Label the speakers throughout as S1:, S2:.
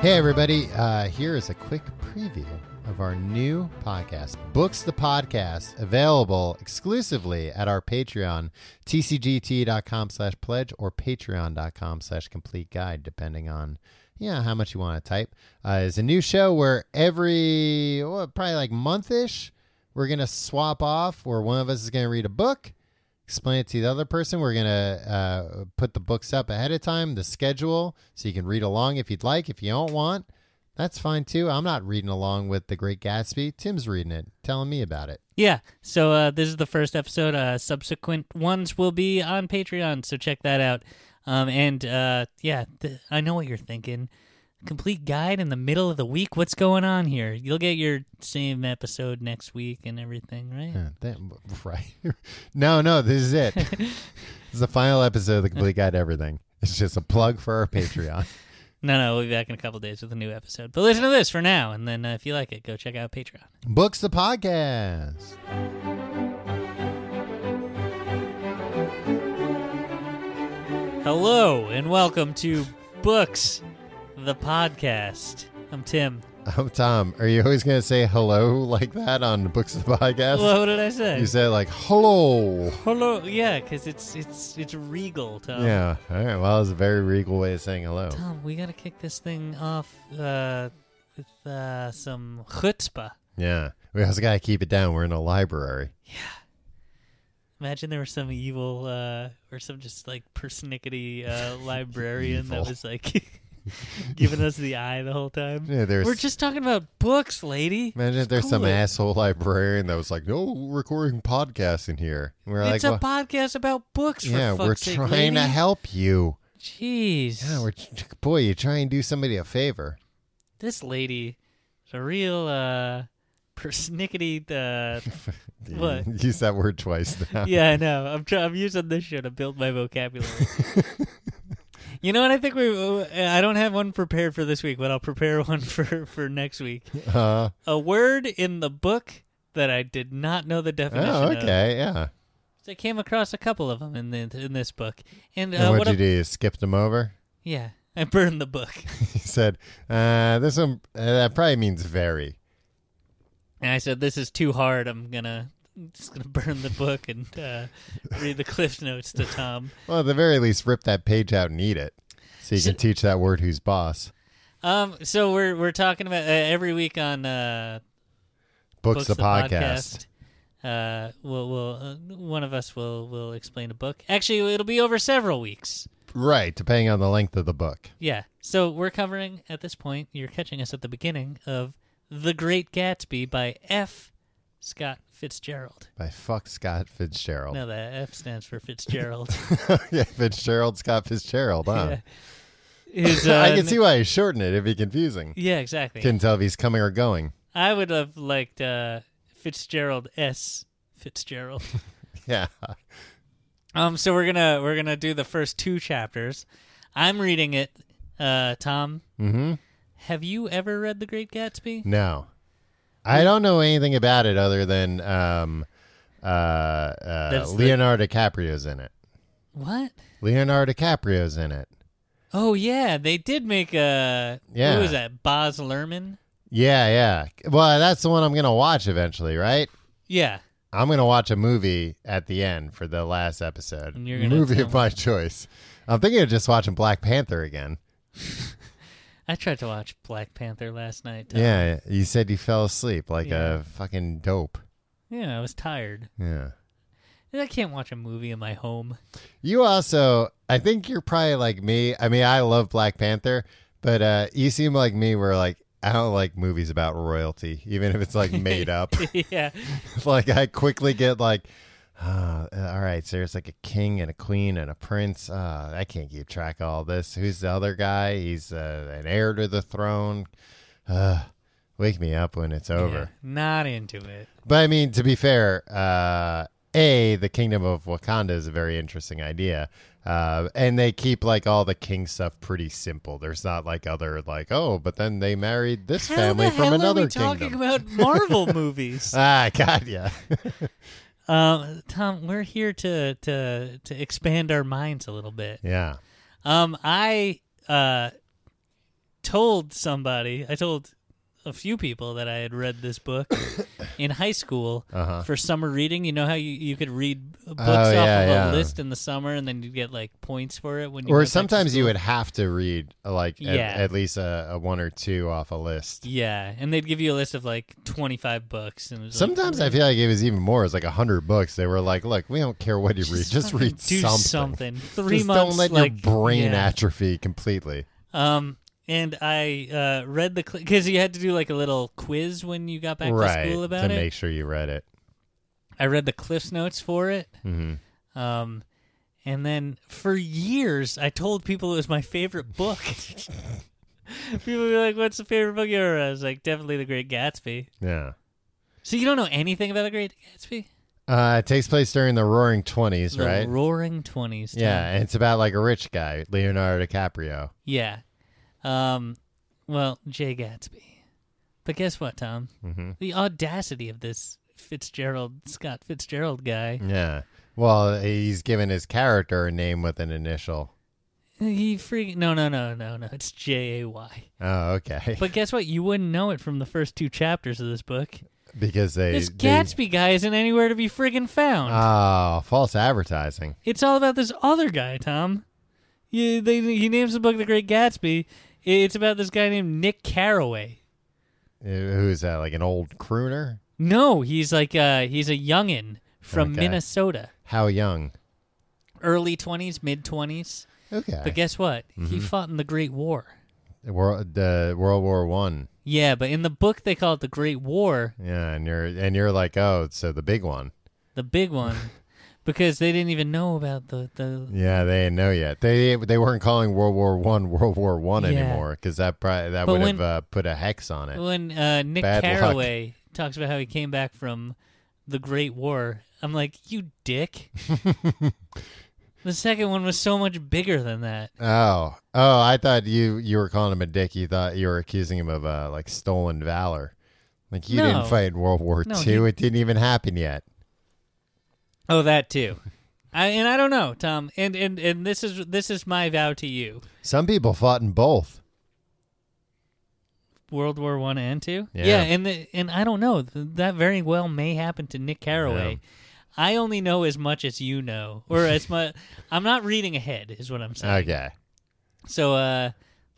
S1: Hey, everybody. Uh, here is a quick preview of our new podcast, Books the Podcast, available exclusively at our Patreon, tcgt.com slash pledge or patreon.com slash complete guide, depending on yeah, how much you want to type. Uh, it's a new show where every well, probably like month-ish, we're going to swap off where one of us is going to read a book explain it to the other person. We're gonna uh, put the books up ahead of time, the schedule, so you can read along if you'd like. If you don't want, that's fine too. I'm not reading along with The Great Gatsby. Tim's reading it, telling me about it.
S2: Yeah. So uh, this is the first episode. Uh, subsequent ones will be on Patreon, so check that out. Um, and uh, yeah, th- I know what you're thinking. Complete guide in the middle of the week. What's going on here? You'll get your same episode next week and everything, right?
S1: Yeah, that- right? no, no, this is it. this is the final episode of the Complete Guide to Everything. It's just a plug for our Patreon.
S2: No, no, we'll be back in a couple days with a new episode. But listen to this for now, and then uh, if you like it, go check out Patreon.
S1: Books the podcast.
S2: Hello, and welcome to Books, the podcast. I'm Tim.
S1: Oh, Tom, are you always gonna say hello like that on Books the podcast?
S2: Hello, what did I say?
S1: You say like hello.
S2: Hello, yeah, because it's it's it's regal, Tom.
S1: Yeah. All right. Well, it's a very regal way of saying hello.
S2: Tom, we gotta kick this thing off uh, with uh, some chutzpah.
S1: Yeah. We also got to keep it down. We're in a library.
S2: Imagine there was some evil uh, or some just like persnickety uh, librarian
S1: Evil.
S2: that was like giving us the eye the whole time.
S1: Yeah, there's.
S2: We're just talking about books, lady.
S1: imagine if
S2: Just
S1: there's some
S2: cool it.
S1: asshole librarian that was like, "No, we're recording podcasts in here." And we're
S2: it's
S1: like,
S2: a
S1: "Well,
S2: podcast about books. For
S1: "Yeah, we're
S2: fuck's sake,
S1: trying
S2: lady.
S1: to help you."
S2: Jeez,
S1: Yeah, we're boy, you try and do somebody a favor.
S2: this lady is a real uh, persnickety. Uh, What?
S1: Use that word twice now.
S2: yeah, I know. I'm try- I'm using this show to build my vocabulary. you know what? I think we. uh, I don't have one prepared for this week, but I'll prepare one for for next week.
S1: Uh,
S2: A word in the book that I did not know the definition
S1: oh,
S2: of.
S1: okay. Yeah.
S2: Uh, So I came across a couple of them in the, in this book, and, uh,
S1: And
S2: what?
S1: what'd you
S2: a-
S1: do? You skipped them over?
S2: yeah, I burned the book.
S1: He said, uh, "This one uh, that probably means very."
S2: And I said, "This is too hard. I'm gonna I'm just gonna burn the book and uh, read the cliff notes to Tom."
S1: Well, at the very least, rip that page out and eat it, so you
S2: So-
S1: can teach that word who's boss.
S2: Um, so we're we're talking about uh, every week on uh,
S1: Books, the, podcast.
S2: podcast, Uh, we'll, we'll uh, one of us will will explain a book. Actually, it'll be over several weeks.
S1: right? Depending on the length of the book.
S2: Yeah. So we're covering at this point. You're catching us at the beginning of The Great Gatsby by F. Scott Fitzgerald.
S1: By fuck Scott Fitzgerald.
S2: No, that F stands for Fitzgerald.
S1: yeah, Fitzgerald Scott Fitzgerald. Huh?
S2: Yeah. His, uh,
S1: I can see why he's shorten it. It'd be confusing.
S2: Yeah, exactly.
S1: Couldn't tell if he's coming or going.
S2: I would have liked uh, Fitzgerald S. Fitzgerald.
S1: Yeah,
S2: um, so we're gonna we're gonna do the first two chapters. I'm reading it. Uh, Tom,
S1: Mm-hmm.
S2: have you ever read The Great Gatsby?
S1: No,
S2: Mm.
S1: I don't know anything about it other than um, uh, uh,
S2: That's the-
S1: Leonardo DiCaprio's in it.
S2: What?
S1: Leonardo DiCaprio's in it.
S2: Oh yeah, they did make a.
S1: Yeah.
S2: Who was that? Boz Lerman.
S1: Yeah, yeah. Well, that's the one I'm gonna watch eventually, right?
S2: Yeah.
S1: I'm gonna watch a movie at the end for the last episode.
S2: And you're gonna
S1: movie
S2: tell
S1: of my choice. I'm thinking of just watching Black Panther again.
S2: I tried to watch Black Panther last night. Tom.
S1: Yeah, you said you fell asleep like
S2: Yeah.
S1: a fucking dope.
S2: Yeah, I was tired.
S1: Yeah.
S2: I can't watch a movie in my home.
S1: You also, I think you're probably like me. I mean, I love Black Panther, but uh, you seem like me. Where like I don't like movies about royalty, even if it's like made up.
S2: yeah.
S1: like I quickly get like, ah, all right, so there's like a king and a queen and a prince. Ah, I can't keep track of all this. Who's the other guy? He's uh, an heir to the throne. Uh, wake me up when it's over.
S2: Yeah, not into it.
S1: But I mean, to be fair, uh, a the kingdom of Wakanda is a very interesting idea, uh, and they keep like all the king stuff pretty simple. There's not like other like oh, but then they married this family
S2: How the
S1: from
S2: hell
S1: another
S2: are we
S1: kingdom.
S2: talking about Marvel movies?
S1: ah, God, yeah.
S2: Um, Tom, we're here to to to expand our minds a little bit.
S1: yeah.
S2: Um, I uh, Um, told somebody, I told a few people that I had read this book in high school
S1: Uh-huh.
S2: for summer reading. You know how you, you could read b- books
S1: Oh,
S2: off
S1: yeah,
S2: of
S1: yeah.
S2: a list in the summer and then you'd get like points for it when you
S1: or
S2: went back to
S1: sometimes you
S2: school?
S1: would have to read uh, like at,
S2: Yeah.
S1: at least a, a one or two off a list.
S2: Yeah, and they'd give you a list of like 25 books and it was like,
S1: Sometimes I feel like it was even more. It was like a hundred books. They were like, "Look, we don't care what you read. Just
S2: fucking
S1: read
S2: do
S1: something.
S2: something. 3
S1: Just
S2: months
S1: don't let
S2: like
S1: your brain
S2: yeah.
S1: atrophy completely."
S2: Um, and I uh, read the because you had to do like a little quiz when you got back
S1: right
S2: to school about
S1: to
S2: it.
S1: make sure you read it.
S2: I read the Cliff's Notes for it.
S1: hmm
S2: Um, and then for years, I told people it was my favorite book. people were like, "What's the favorite book you ever?" read?" I was like, "Definitely The Great Gatsby."
S1: Yeah.
S2: So you don't know anything about The Great Gatsby?
S1: Uh, it takes place during the Roaring Twenties,
S2: the
S1: right?
S2: Roaring Twenties.
S1: yeah, and it's about like a rich guy, Leonardo DiCaprio.
S2: Yeah. Um, well, Jay Gatsby. But guess what, Tom?
S1: Mhm.
S2: The audacity of this Fitzgerald, Scott Fitzgerald guy.
S1: Yeah. Well, he's given his character a name with an initial.
S2: He freaking. No, no, no, no, no. It's J A Y.
S1: Oh, okay.
S2: But guess what? You wouldn't know it from the first two chapters of this book.
S1: because they
S2: This
S1: they-
S2: Gatsby guy isn't anywhere to be friggin' found.
S1: Oh, false advertising.
S2: it's all about this other guy, Tom. You, they, he names the book The Great Gatsby. It's about this guy named Nick Carraway.
S1: Uh, Who's that? Like an old crooner?
S2: No, he's like uh he's a youngin from
S1: Okay.
S2: Minnesota.
S1: How young?
S2: Early 20s, mid 20s.
S1: Okay.
S2: But guess what?
S1: Mm-hmm.
S2: He fought in the Great War.
S1: World, the World War One.
S2: Yeah, but in the book they call it the Great War,
S1: Yeah, and you're and you're like, oh, so the big one.
S2: the big one, because they didn't even know about the the
S1: Yeah, they didn't know yet. They they weren't calling World War One World War One
S2: Yeah.
S1: anymore because that pri- that
S2: But
S1: would have
S2: when-
S1: uh, put a hex on it.
S2: When uh, Nick
S1: Bad luck.
S2: Carraway talks about how he came back from the Great War, I'm like, you dick. the second one was so much bigger than that.
S1: Oh, oh, I thought you you were calling him a dick. You thought you were accusing him of uh, like stolen valor. Like you
S2: No.
S1: didn't fight in World War
S2: No,
S1: Two.
S2: he-
S1: It didn't even happen yet.
S2: Oh, that too. I, and I don't know, Tom. And, and and this is this is my vow to you:
S1: Some people fought in both.
S2: World War One and Two.
S1: Yeah.
S2: and the, and I don't know. Th- That very well may happen to Nick Carraway.
S1: Yeah.
S2: I only know as much as you know, or as much. I'm not reading ahead, is what I'm saying.
S1: Okay.
S2: So, uh,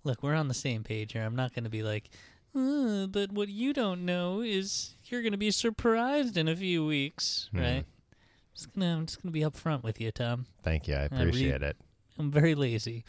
S2: look, we're on the same page here. I'm not going to be like, "Uh, but what you don't know is you're going to be surprised in a few weeks,
S1: Hmm.
S2: right? Just gonna, I'm just going to be upfront with you, Tom.
S1: Thank you. I
S2: re-
S1: appreciate it.
S2: I'm very lazy.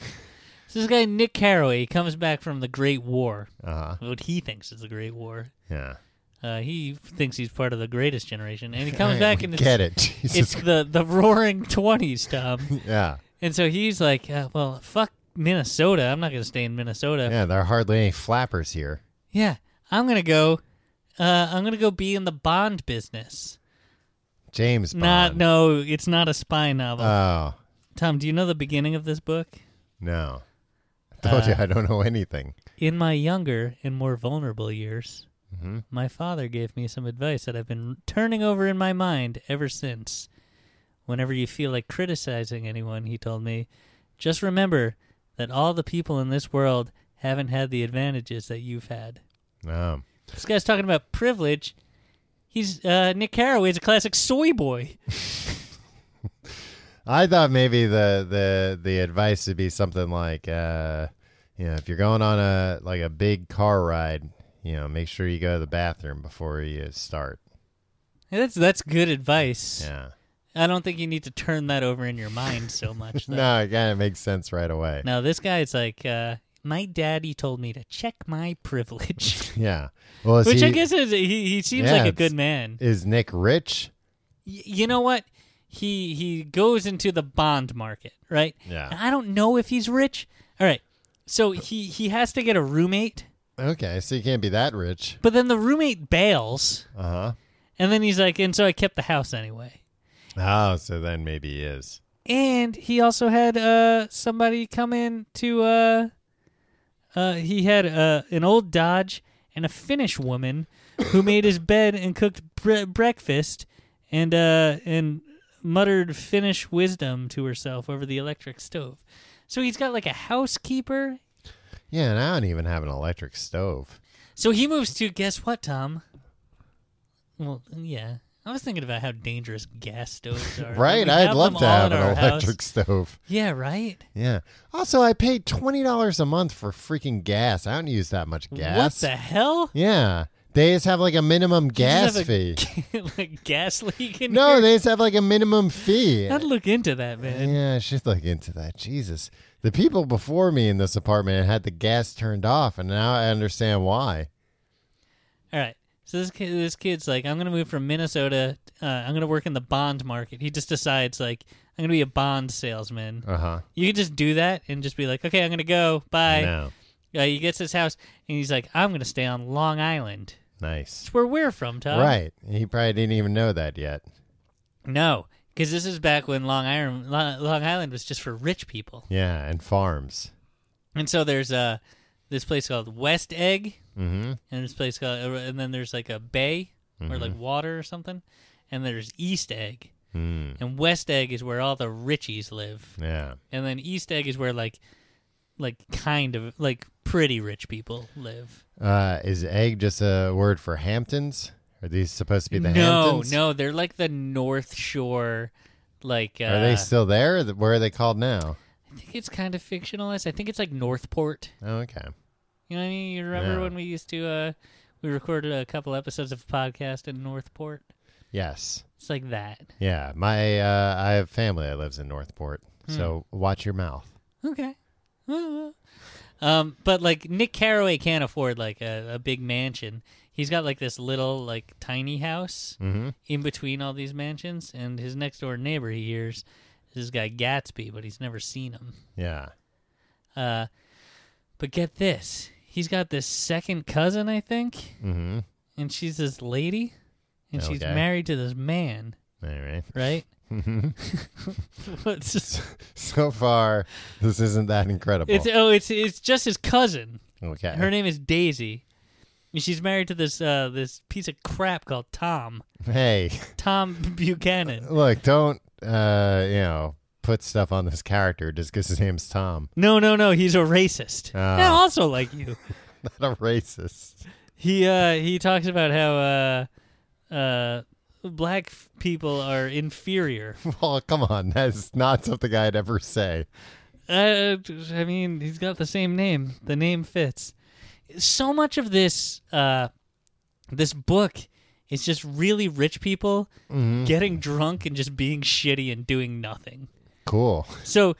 S2: so this guy Nick Carraway he comes back from the Great War,
S1: Uh huh.
S2: what he thinks is the Great War.
S1: Yeah.
S2: Uh, he thinks he's part of the greatest generation, and he comes back and
S1: get
S2: it's,
S1: it. Jesus.
S2: it's the the Roaring Twenties, Tom.
S1: yeah.
S2: and so he's like, uh, "Well, fuck Minnesota. I'm not going to stay in Minnesota.
S1: Yeah. There are hardly any flappers here.
S2: Yeah, I'm gonna go. Uh, I'm gonna go be in the Bond business.
S1: James Bond.
S2: Not no, it's not a spy novel.
S1: Oh
S2: Tom, do you know the beginning of this book?
S1: no. I
S2: Uh.
S1: told you I don't know anything.
S2: In my younger and more vulnerable years,
S1: Mhm.
S2: my father gave me some advice that I've been turning over in my mind ever since. Whenever you feel like criticizing anyone, he told me, just remember that all the people in this world haven't had the advantages that you've had.
S1: No.
S2: This guy's talking about privilege. He's uh, Nick Carraway's a classic soy boy.
S1: I thought maybe the the the advice would be something like, uh, you know, if you're going on a like a big car ride, you know, make sure you go to the bathroom before you start.
S2: That's that's good advice.
S1: Yeah.
S2: I don't think you need to turn that over in your mind so much. Though.
S1: No, again, it makes sense right away.
S2: Now this guy's like, uh, my daddy told me to check my privilege,
S1: Yeah. Well, is
S2: which I
S1: he-
S2: guess is he. He seems
S1: Yeah,
S2: like a
S1: it's-
S2: good man.
S1: is Nick rich?
S2: Y- you know what? He he goes into the bond market, right?
S1: Yeah.
S2: And I don't know if he's rich. All right. So he he has to get a roommate,
S1: Okay, so you can't be that rich.
S2: but then the roommate bails.
S1: Uh huh.
S2: And then he's like, and so I kept the house anyway.
S1: Oh, so then maybe he is.
S2: And he also had uh somebody come in to uh uh he had uh an old Dodge and a Finnish woman who made his bed and cooked bre- breakfast and uh and muttered Finnish wisdom to herself over the electric stove. So he's got like a housekeeper
S1: Yeah, and I don't even have an electric stove.
S2: So he moves to guess what, Tom? Well, yeah. I was thinking about how dangerous gas stoves are.
S1: Right?
S2: We
S1: I'd
S2: have
S1: love
S2: them
S1: to
S2: all
S1: have
S2: at
S1: an
S2: our house.
S1: electric stove.
S2: Yeah, right.
S1: Yeah. Also, I paid twenty dollars a month for freaking gas. I don't use that much gas.
S2: What the hell?
S1: Yeah, they just have like a minimum
S2: You
S1: gas
S2: just have
S1: fee.
S2: a like gas leak in
S1: no,
S2: here?
S1: they just have like a minimum fee.
S2: I'd look into that, man.
S1: Yeah, I should look into that. Jesus, the people before me in this apartment had the gas turned off, and now I understand why.
S2: All right. So this kid, this kid's like, I'm gonna move from Minnesota. Uh, I'm gonna work in the bond market. He just decides like, I'm gonna be a bond salesman.
S1: Uh huh.
S2: You can just do that and just be like, okay, I'm gonna go. Bye.
S1: No,
S2: Uh, he gets his house and he's like, I'm gonna stay on Long Island.
S1: nice.
S2: It's where we're from, Tom.
S1: Right. He probably didn't even know that yet.
S2: No, because this is back when Long Island Lo- Long Island was just for rich people.
S1: Yeah, and farms.
S2: And so there's uh this place called West Egg,
S1: Mm-hmm.
S2: and this place called, and then there's like a bay or like water or something, and there's East Egg,
S1: Mm.
S2: and West Egg is where all the richies live,
S1: Yeah.
S2: and then East Egg is where like like kind of like pretty rich people live.
S1: Uh, is egg just a word for Hamptons? Are these supposed to be the
S2: no,
S1: Hamptons?
S2: no, they're like the North Shore, like uh,
S1: Are they still there? Or th- Where are they called now?
S2: I think it's kind of fictionalized. I think it's like Northport.
S1: Oh, okay.
S2: You know what I mean? You remember
S1: Yeah.
S2: when we used to uh we recorded a couple episodes of a podcast in Northport?
S1: Yes.
S2: It's like that.
S1: Yeah. My uh, I have family that lives in Northport, so watch your mouth.
S2: Okay. Uh, um, but like Nick Carraway can't afford like a, a big mansion. He's got like this little like tiny house
S1: Mm-hmm.
S2: in between all these mansions, and his next door neighbor he hears is this guy Gatsby, but he's never seen him.
S1: Yeah.
S2: Uh, but get this, he's got this second cousin, I think,
S1: Mm-hmm.
S2: and she's this lady, and she's
S1: Okay.
S2: married to this man.
S1: All right.
S2: right?
S1: Mhm.
S2: What's this-
S1: so far, this isn't that incredible.
S2: it's oh, it's it's just his cousin.
S1: okay.
S2: Her name is Daisy. And She's married to this uh, this piece of crap called Tom
S1: hey,
S2: Tom Buchanan.
S1: look, don't uh, you know put stuff on this character just because his name's Tom.
S2: No, no, no, he's a racist.
S1: Ah.
S2: Yeah, also like you.
S1: Not a racist.
S2: He uh, he talks about how uh, uh, black f- people are inferior.
S1: Well, come on, that's not something I'd ever say.
S2: Uh, I mean, he's got the same name. The name fits. So much of this uh, this book is just really rich people
S1: Mhm.
S2: getting drunk and just being shitty and doing nothing.
S1: Cool.
S2: So,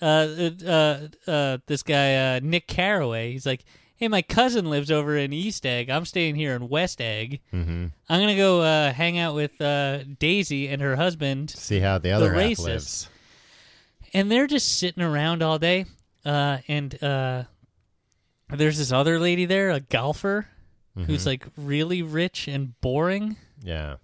S2: uh, uh, uh, this guy uh, Nick Carraway, he's like, "Hey, my cousin lives over in East Egg. I'm staying here in West Egg.
S1: Mm-hmm.
S2: I'm gonna go uh, hang out with uh, Daisy and her husband."
S1: See how the other half
S2: racist.
S1: lives.
S2: and they're just sitting around all day. Uh, and uh, there's this other lady there, a golfer, who's like really rich and boring.
S1: Yeah.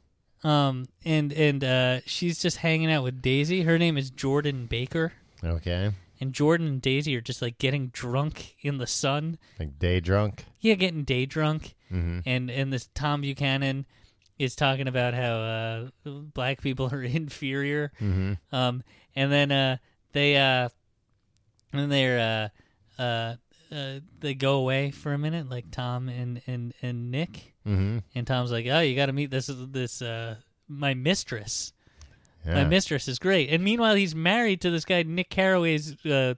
S2: Um, and and uh, she's just hanging out with Daisy. Her name is Jordan Baker,
S1: Okay.
S2: and Jordan and Daisy are just like getting drunk in the sun.
S1: Like day drunk.
S2: Yeah, getting day drunk.
S1: Mm-hmm.
S2: And and this Tom Buchanan is talking about how uh, black people are inferior.
S1: Mm-hmm.
S2: Um, and then uh, they uh, and they're uh, uh, uh, they go away for a minute, like Tom and and and Nick.
S1: Mm-hmm.
S2: And Tom's like, "Oh, you got to meet this this uh, my mistress.
S1: Yeah.
S2: My mistress is great." And meanwhile, he's married to this guy Nick Carraway's uh,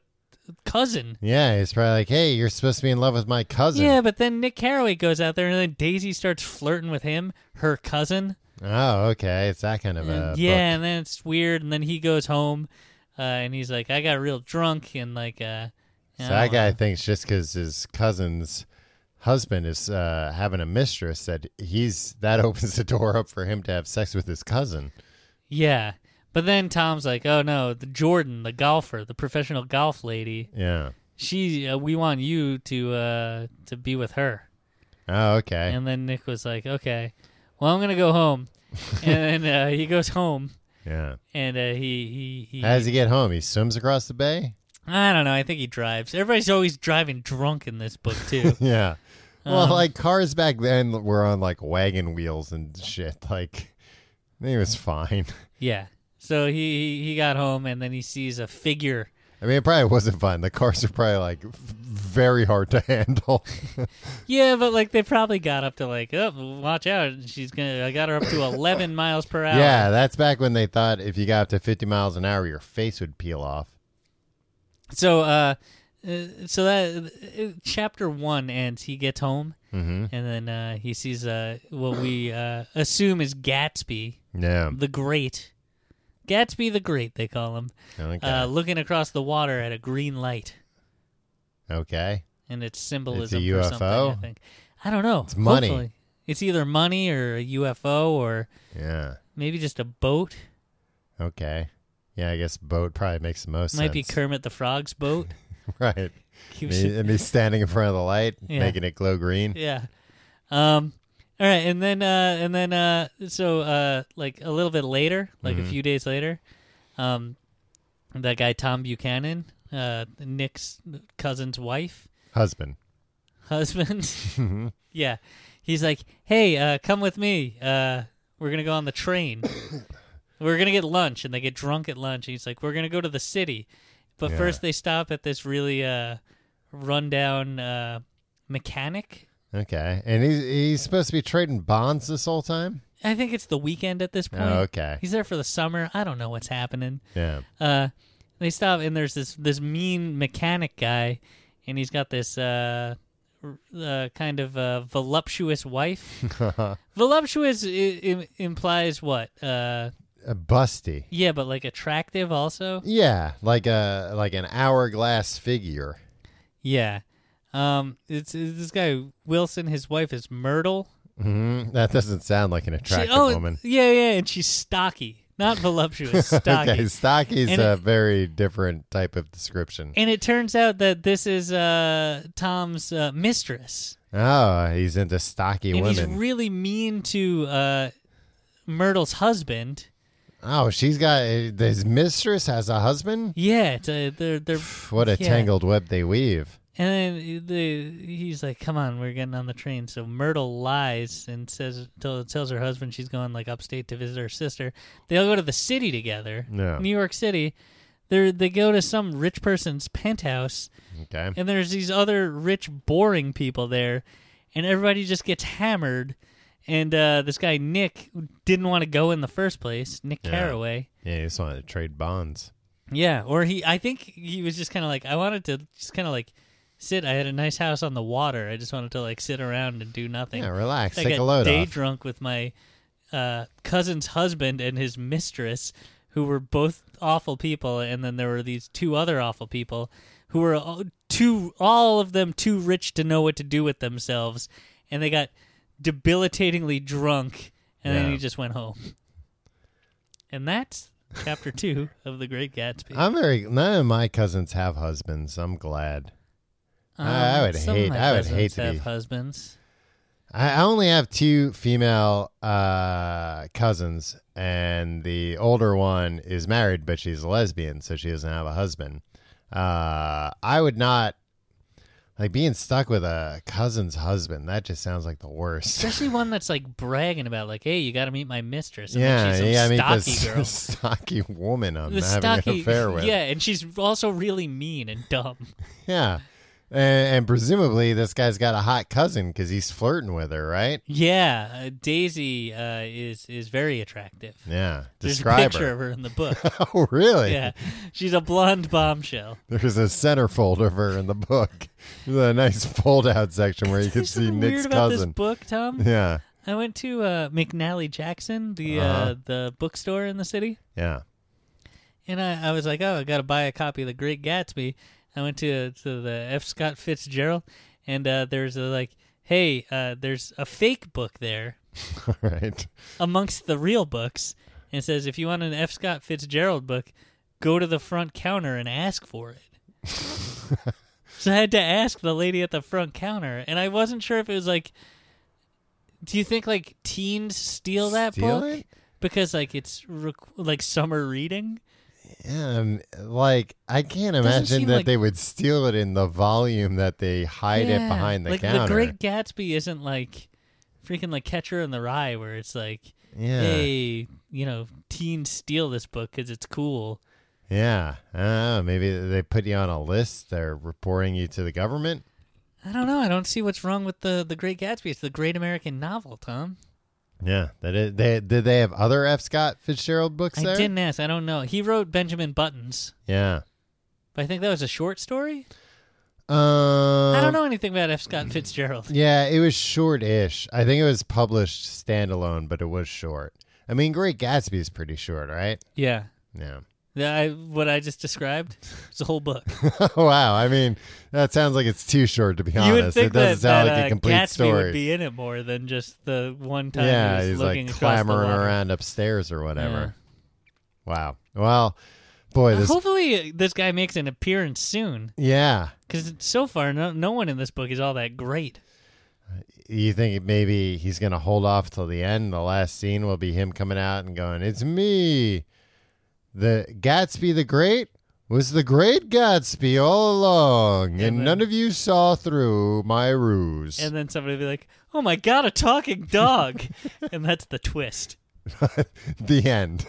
S2: cousin.
S1: yeah, he's probably like, hey, you're supposed to be in love with my cousin.
S2: Yeah, but then Nick Carraway goes out there, and then Daisy starts flirting with him, her cousin.
S1: Oh, okay. It's that kind of a
S2: And yeah,
S1: book.
S2: and then it's weird, and then he goes home, uh, and he's like, "I got real drunk," and like, uh,
S1: So that
S2: I don't know.
S1: guy thinks just because his cousin's husband is uh, having a mistress that he's that opens the door up for him to have sex with his cousin.
S2: Yeah, but then Tom's like, "Oh no, the Jordan, the golfer, the professional golf lady,
S1: Yeah.
S2: she, uh, we want you to uh to be with her."
S1: Oh, okay.
S2: And then Nick was like, "Okay, well, I'm gonna go home," and then uh, he goes home,
S1: yeah.
S2: and uh, he he he.
S1: How does he get home? He swims across the bay?
S2: I don't know. I think he drives. Everybody's always driving drunk in this book too.
S1: Yeah. Well,
S2: Um,
S1: like cars back then were on like wagon wheels and shit. Like, it was fine.
S2: yeah. So he he- he got home, and then he sees a figure
S1: I mean, it probably wasn't fun. The cars are probably like f- very hard to handle.
S2: Yeah, but like they probably got up to like, oh, watch out, she's gonna. I got her up to eleven miles per hour.
S1: Yeah, that's back when they thought if you got up to 50 miles an hour, your face would peel off.
S2: So, uh, uh, so that uh, chapter one ends. He gets home,
S1: Mm-hmm.
S2: and then uh, he sees uh what we uh, assume is Gatsby
S1: Yeah.
S2: the Great, Gatsby the Great. They call him
S1: Okay.
S2: uh, looking across the water at a green light,
S1: okay.
S2: and it's symbolism
S1: UFO?
S2: for something. I think. I don't know.
S1: It's money.
S2: Hopefully. It's either money or a UFO or
S1: Yeah.
S2: maybe just a boat.
S1: Okay. Yeah, I guess boat probably makes the most
S2: Might be
S1: sense.
S2: Kermit the Frog's boat.
S1: right.
S2: He was-
S1: Me, and me standing in front of the light,
S2: Yeah.
S1: making it glow green.
S2: yeah. Um. All right, and then uh, and then uh, so uh, like a little bit later, like
S1: Mm-hmm.
S2: a few days later, um, that guy Tom Buchanan, uh, Nick's cousin's wife,
S1: Husband.
S2: husband,
S1: Mm-hmm.
S2: yeah, he's like, hey, uh, come with me. Uh, we're gonna go on the train. we're gonna get lunch, and they get drunk at lunch. And he's like, we're gonna go to the city, but
S1: Yeah.
S2: first they stop at this really uh, rundown uh, mechanic.
S1: Okay. And he's, he's supposed to be trading bonds this whole time?
S2: I think it's the weekend at this point.
S1: Oh, okay.
S2: He's there for the summer. I don't know what's happening.
S1: Yeah.
S2: Uh, they stop and there's this this mean mechanic guy, and he's got this uh, r- uh kind of uh, voluptuous wife. voluptuous I- im- implies what? Uh,
S1: Uh, busty.
S2: yeah, but like attractive also.
S1: Yeah, like a like an hourglass figure.
S2: Yeah. Um, it's, it's this guy Wilson. His wife is Myrtle.
S1: hmm That doesn't sound like an
S2: She-
S1: attractive
S2: oh,
S1: woman.
S2: yeah, yeah, and she's stocky, not voluptuous, stocky.
S1: okay, stocky's
S2: And
S1: a
S2: it-
S1: very different type of description.
S2: And it turns out that this is uh, Tom's uh, mistress,
S1: Oh, he's into stocky
S2: and he's
S1: women.
S2: really mean to uh, Myrtle's husband.
S1: oh, she's got his mistress has a husband.
S2: Yeah, it's uh they're they're
S1: What a
S2: yeah.
S1: tangled web they weave.
S2: And then the, he's like, "Come on, we're getting on the train." So Myrtle lies and says tell, tells her husband she's going like upstate to visit her sister. They all go to the city together,
S1: Yeah.
S2: New York City. They they go to some rich person's penthouse,
S1: Okay.
S2: and there's these other rich, boring people there, and everybody just gets hammered. And uh, this guy Nick didn't want to go in the first place, Nick
S1: Yeah.
S2: Carraway.
S1: Yeah, he just wanted to trade bonds.
S2: Yeah, or he. I think he was just kind of like I wanted to just kind of like sit. I had a nice house on the water. I just wanted to like sit around and do nothing.
S1: Yeah, relax.
S2: I
S1: Take
S2: got
S1: a load
S2: day
S1: off.
S2: drunk with my uh, cousin's husband and his mistress, who were both awful people, and then there were these two other awful people who were all- too all of them too rich to know what to do with themselves, and they got debilitatingly drunk, and
S1: Yeah.
S2: then he just went home. And that's chapter two of The Great Gatsby.
S1: I'm very. None of my cousins have husbands. I'm glad.
S2: Um,
S1: I- I would
S2: some of
S1: hate-
S2: my
S1: I would
S2: cousins
S1: hate to
S2: have
S1: be-
S2: husbands.
S1: I I only have two female uh, cousins, and the older one is married, but she's a lesbian, so she doesn't have a husband. Uh, I would not like being stuck with a cousin's husband. That just sounds like the worst.
S2: Especially one that's like bragging about, like, "Hey, you got to meet my mistress." And then
S1: yeah,
S2: she's some
S1: yeah. I mean,
S2: stocky
S1: the
S2: girl.
S1: stocky woman I'm
S2: the
S1: having an
S2: stocky,
S1: affair with.
S2: yeah, and she's also really mean and dumb.
S1: yeah. And, and presumably, this guy's got a hot cousin because he's flirting with her, right?
S2: Yeah, uh, Daisy uh, is is very attractive.
S1: Yeah.
S2: There's a
S1: Describe
S2: picture
S1: her.
S2: of her in the book.
S1: Oh, really?
S2: yeah, she's a blonde bombshell.
S1: There's a centerfold of her in the book. There's a nice fold out section where you can
S2: There's
S1: see
S2: something
S1: Nick's
S2: weird about
S1: cousin.
S2: this book, Tom.
S1: Yeah.
S2: I went to uh, McNally Jackson, the
S1: Uh-huh.
S2: uh, the bookstore in the city.
S1: Yeah.
S2: And I, I was like, oh, I got to buy a copy of The Great Gatsby. I went to to the F. Scott Fitzgerald, and uh, there's a like, hey, uh, there's a fake book there
S1: All right.
S2: amongst the real books, and it says if you want an F. Scott Fitzgerald book, go to the front counter and ask for it. so I had to ask the lady at the front counter, and I wasn't sure if it was like, do you think like teens steal that
S1: Steal
S2: book
S1: it?
S2: because like it's requ like summer reading?
S1: Yeah, um, like I can't
S2: Doesn't
S1: imagine
S2: seem
S1: that
S2: like-
S1: they would steal it in the volume that they hide it behind the
S2: like,
S1: counter.
S2: The Great Gatsby isn't like freaking like Catcher in the Rye, where it's like,
S1: yeah.
S2: hey, you know, teens steal this book because it's cool.
S1: Yeah. I don't know. Maybe they put you on a list. They're reporting you to the government.
S2: I don't know. I don't see what's wrong with the the Great Gatsby. It's the great American novel, Tom.
S1: Yeah. That is, they did they have other F. Scott Fitzgerald books
S2: I
S1: there?
S2: didn't ask. I don't know. He wrote Benjamin Buttons,
S1: Yeah.
S2: but I think that was a short story.
S1: Um,
S2: I don't know anything about F. Scott Fitzgerald.
S1: Yeah, it was short-ish. I think it was published standalone, but it was short. I mean, Great Gatsby is pretty short, right?
S2: Yeah.
S1: Yeah.
S2: That I, what I just described is a whole book.
S1: wow. I mean, that sounds like it's too short to be
S2: you
S1: honest.
S2: would think
S1: it doesn't
S2: that,
S1: sound
S2: that,
S1: like
S2: uh,
S1: a complete
S2: Gatsby
S1: story.
S2: would be in it more than just the one time
S1: yeah,
S2: he was
S1: he's
S2: looking
S1: like
S2: across the
S1: clambering
S2: water.
S1: around upstairs or whatever. Wow. Well, boy,
S2: Uh,
S1: this.
S2: Hopefully, uh, this guy makes an appearance soon,
S1: yeah.
S2: because so far, no, no one in this book is all that great.
S1: You think maybe he's gonna hold off till the end? The last scene will be him coming out and going, "It's me, the Gatsby the Great." Was the great Gatsby all along,
S2: And
S1: and
S2: then-
S1: none of you saw through my ruse.
S2: And then somebody would be like, "Oh my god, a talking dog!" and that's the twist.
S1: the end.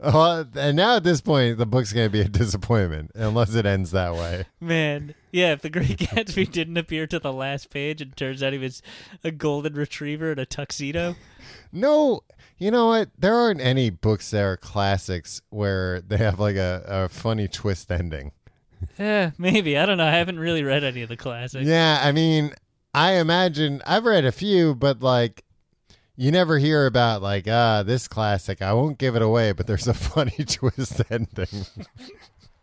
S1: Uh, and now at this point, the book's going to be a disappointment unless it ends that way.
S2: Man, yeah. If the Great Gatsby didn't appear to the last page, and turns out he was a golden retriever in a tuxedo.
S1: No, you know what? There aren't any books that are classics where they have like a, a funny twist ending.
S2: Yeah, eh, maybe. I don't know. I haven't really read any of the classics.
S1: Yeah, I mean, I imagine I've read a few, but like you never hear about like ah this classic. I won't give it away, but there's a funny twist ending.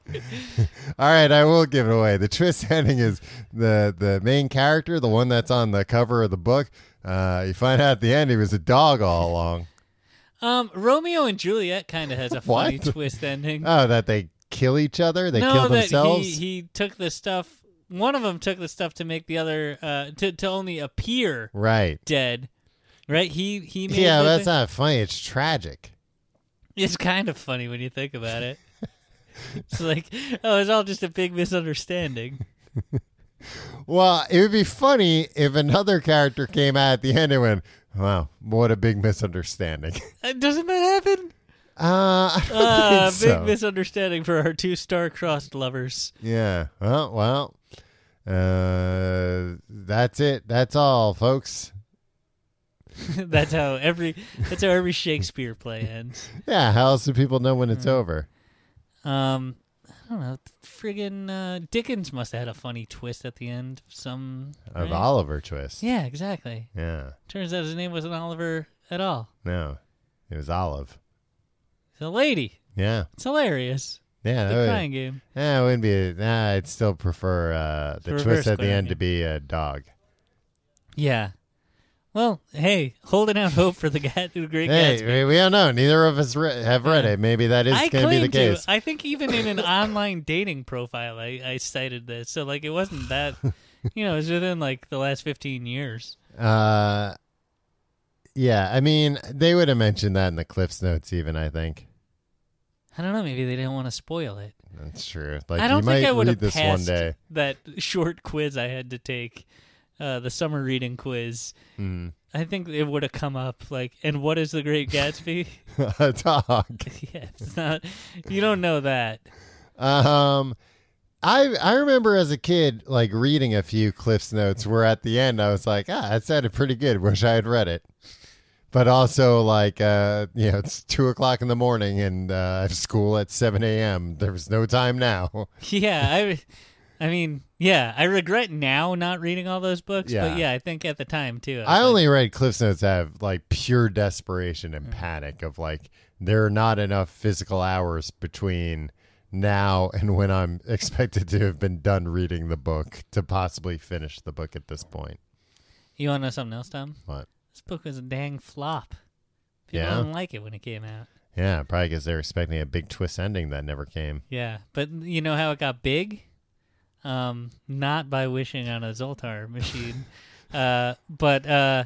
S1: All right, I will give it away. The twist ending is the the main character, the one that's on the cover of the book. Uh, you find out at the end he was a dog all along.
S2: Um, Romeo and Juliet kind of has a
S1: What?
S2: funny twist ending.
S1: Oh, that they kill each other. They
S2: no,
S1: kill
S2: that
S1: themselves.
S2: he he took the stuff. One of them took the stuff to make the other uh to to only appear
S1: right.
S2: dead. Right? He he made
S1: Yeah,
S2: the
S1: that's
S2: thing-
S1: not funny. It's tragic.
S2: It's kind of funny when you think about it. it's like, oh, it's all just a big misunderstanding.
S1: Well, it would be funny if another character came out at the end and went, "Wow, what a big misunderstanding."
S2: Uh, Doesn't that happen?
S1: Uh, I don't
S2: Uh,
S1: think
S2: big
S1: so.
S2: misunderstanding for our two star-crossed lovers.
S1: yeah. Well, well, uh, that's it. That's all, folks.
S2: that's how every that's how every Shakespeare play ends.
S1: Yeah. How else do people know when
S2: Mm-hmm.
S1: it's over?
S2: Um, I don't know. Friggin' uh, Dickens must have had a funny twist at the end. of Some
S1: Of
S2: right?
S1: Oliver Twist.
S2: Yeah, exactly.
S1: Yeah.
S2: Turns out his name wasn't Oliver at all.
S1: No, it was Olive.
S2: It's a lady.
S1: Yeah.
S2: It's hilarious.
S1: Oh, Yeah.
S2: The
S1: that would-
S2: crying game.
S1: yeah, it wouldn't be. Nah, I'd still prefer uh, the
S2: Reverse
S1: twist at the
S2: crying
S1: end to
S2: game.
S1: be a dog.
S2: Yeah. Well, hey, holding out hope for the Gat- the Great
S1: Hey,
S2: Gatsby.
S1: we, we don't know. Neither of us re- have read
S2: Yeah.
S1: it. Maybe that is
S2: I
S1: going to be
S2: claim
S1: the
S2: to.
S1: case.
S2: I think even in an online dating profile, I, I cited this. So like, it wasn't that. You know, it was within like the last fifteen years.
S1: Uh, yeah, I mean, they would have mentioned that in the Cliffs Notes, even. I think
S2: I don't know. Maybe they didn't want to spoil it.
S1: that's true. Like,
S2: I don't
S1: you
S2: think
S1: might
S2: I would
S1: read
S2: have
S1: this one
S2: passed
S1: day.
S2: that short quiz I had to take, uh, the summer reading quiz.
S1: Hmm.
S2: I think it would have come up like, and what is the Great Gatsby?
S1: a dog.
S2: yeah, it's not. You don't know that.
S1: Um, I I remember as a kid, like reading a few Cliffs Notes, where at the end I was like, ah, that sounded pretty good. Wish I had read it. But also, like, uh, you know, it's two o'clock in the morning, and uh, I have school at seven a.m. There was no time now.
S2: Yeah, I. I mean, yeah, I regret now not reading all those books,
S1: Yeah.
S2: but yeah, I think at the time too. was
S1: I
S2: like,
S1: only read Cliff's Notes out of like pure desperation and panic of like there are not enough physical hours between now and when I'm expected to have been done reading the book to possibly finish the book at this point.
S2: You want to know something else, Tom?
S1: What?
S2: This book was a dang flop. People
S1: Yeah?
S2: didn't like it when it came out.
S1: Yeah, probably because they're expecting a big twist ending that never came.
S2: Yeah, but you know how it got big? Um, not by wishing on a Zoltar machine, uh, but uh,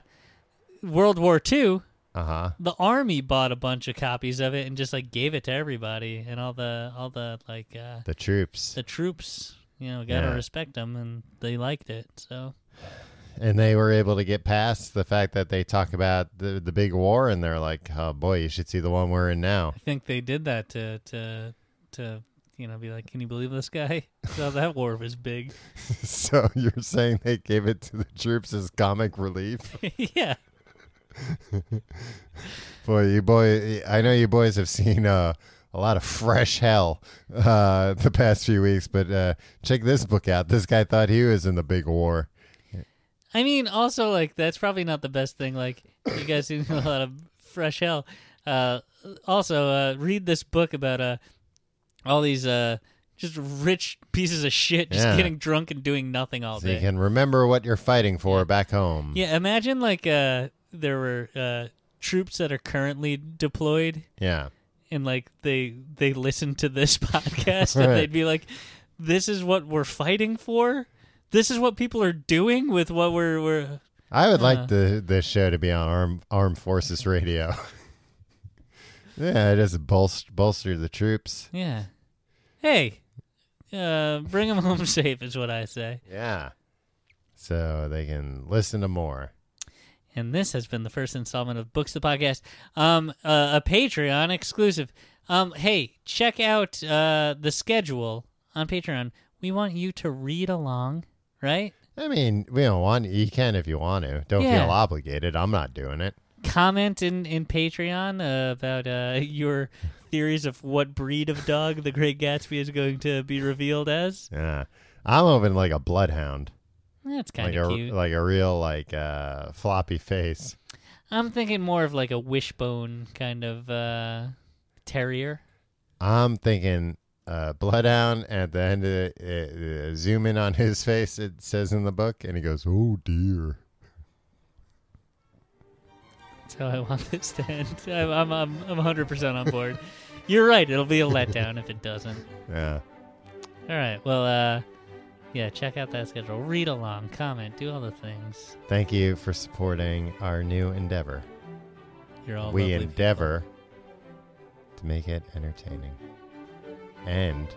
S2: World War II,
S1: Uh huh.
S2: the army bought a bunch of copies of it and just like gave it to everybody, and all the all the like uh,
S1: The troops.
S2: the troops, you know, gotta
S1: Yeah.
S2: respect them, and they liked it. So
S1: and they were able to get past the fact that they talk about the, the big war and they're like, oh boy, you should see the one we're in now.
S2: I think they did that to to to you know, be like, can you believe this guy? So that war was big.
S1: so you're saying they gave it to the troops as comic relief?
S2: yeah.
S1: Boy, you boy, I know you boys have seen uh, a lot of fresh hell uh, the past few weeks, but uh, check this book out. This guy thought he was in the big war.
S2: I mean, also like that's probably not the best thing. Like you guys seen a lot of fresh hell. Uh, also, uh, read this book about uh, all these uh, just rich pieces of shit just
S1: Yeah.
S2: getting drunk and doing nothing all
S1: So you
S2: day.
S1: can remember what you're fighting for back home.
S2: Yeah, imagine like uh, there were uh, troops that are currently deployed,
S1: Yeah.
S2: and like they they listen to this podcast, and
S1: Right.
S2: they'd be like, "This is what we're fighting for. This is what people are doing with what we're we're."
S1: I would
S2: Uh.
S1: like the this show to be on Arm, Armed Forces Radio. yeah, just bolster, bolster the troops.
S2: Yeah. Hey, uh, bring them home safe is what I say.
S1: Yeah. So they can listen to more.
S2: And this has been the first installment of Books the Podcast, um, uh, a Patreon exclusive. Um, hey, check out uh, the schedule on Patreon. We want you to read along, right?
S1: I mean, we don't want you can if you want to. Don't
S2: Yeah.
S1: feel obligated. I'm not doing it.
S2: Comment in, in Patreon uh, about uh, your theories of what breed of dog the Great Gatsby is going to be revealed as.
S1: Yeah. I'm hoping like a bloodhound,
S2: That's kind
S1: like
S2: of
S1: a
S2: cute.
S1: like a real like uh, floppy face.
S2: I'm thinking more of like a wishbone kind of uh, terrier.
S1: I'm thinking uh, bloodhound. And at the end of it, uh, uh, zoom in on his face. It says in the book, and he goes, "Oh dear."
S2: That's how I want this to end. I'm, I'm, I'm, I'm 100% on board. You're right. It'll be a letdown if it doesn't.
S1: Yeah.
S2: All right. Well, uh, yeah, check out that schedule. Read along, comment, do all the things.
S1: Thank you for supporting our new endeavor.
S2: You're all
S1: we
S2: Oh, lovely
S1: endeavor to make it entertaining and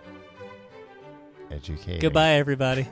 S1: educating.
S2: people. Goodbye, everybody.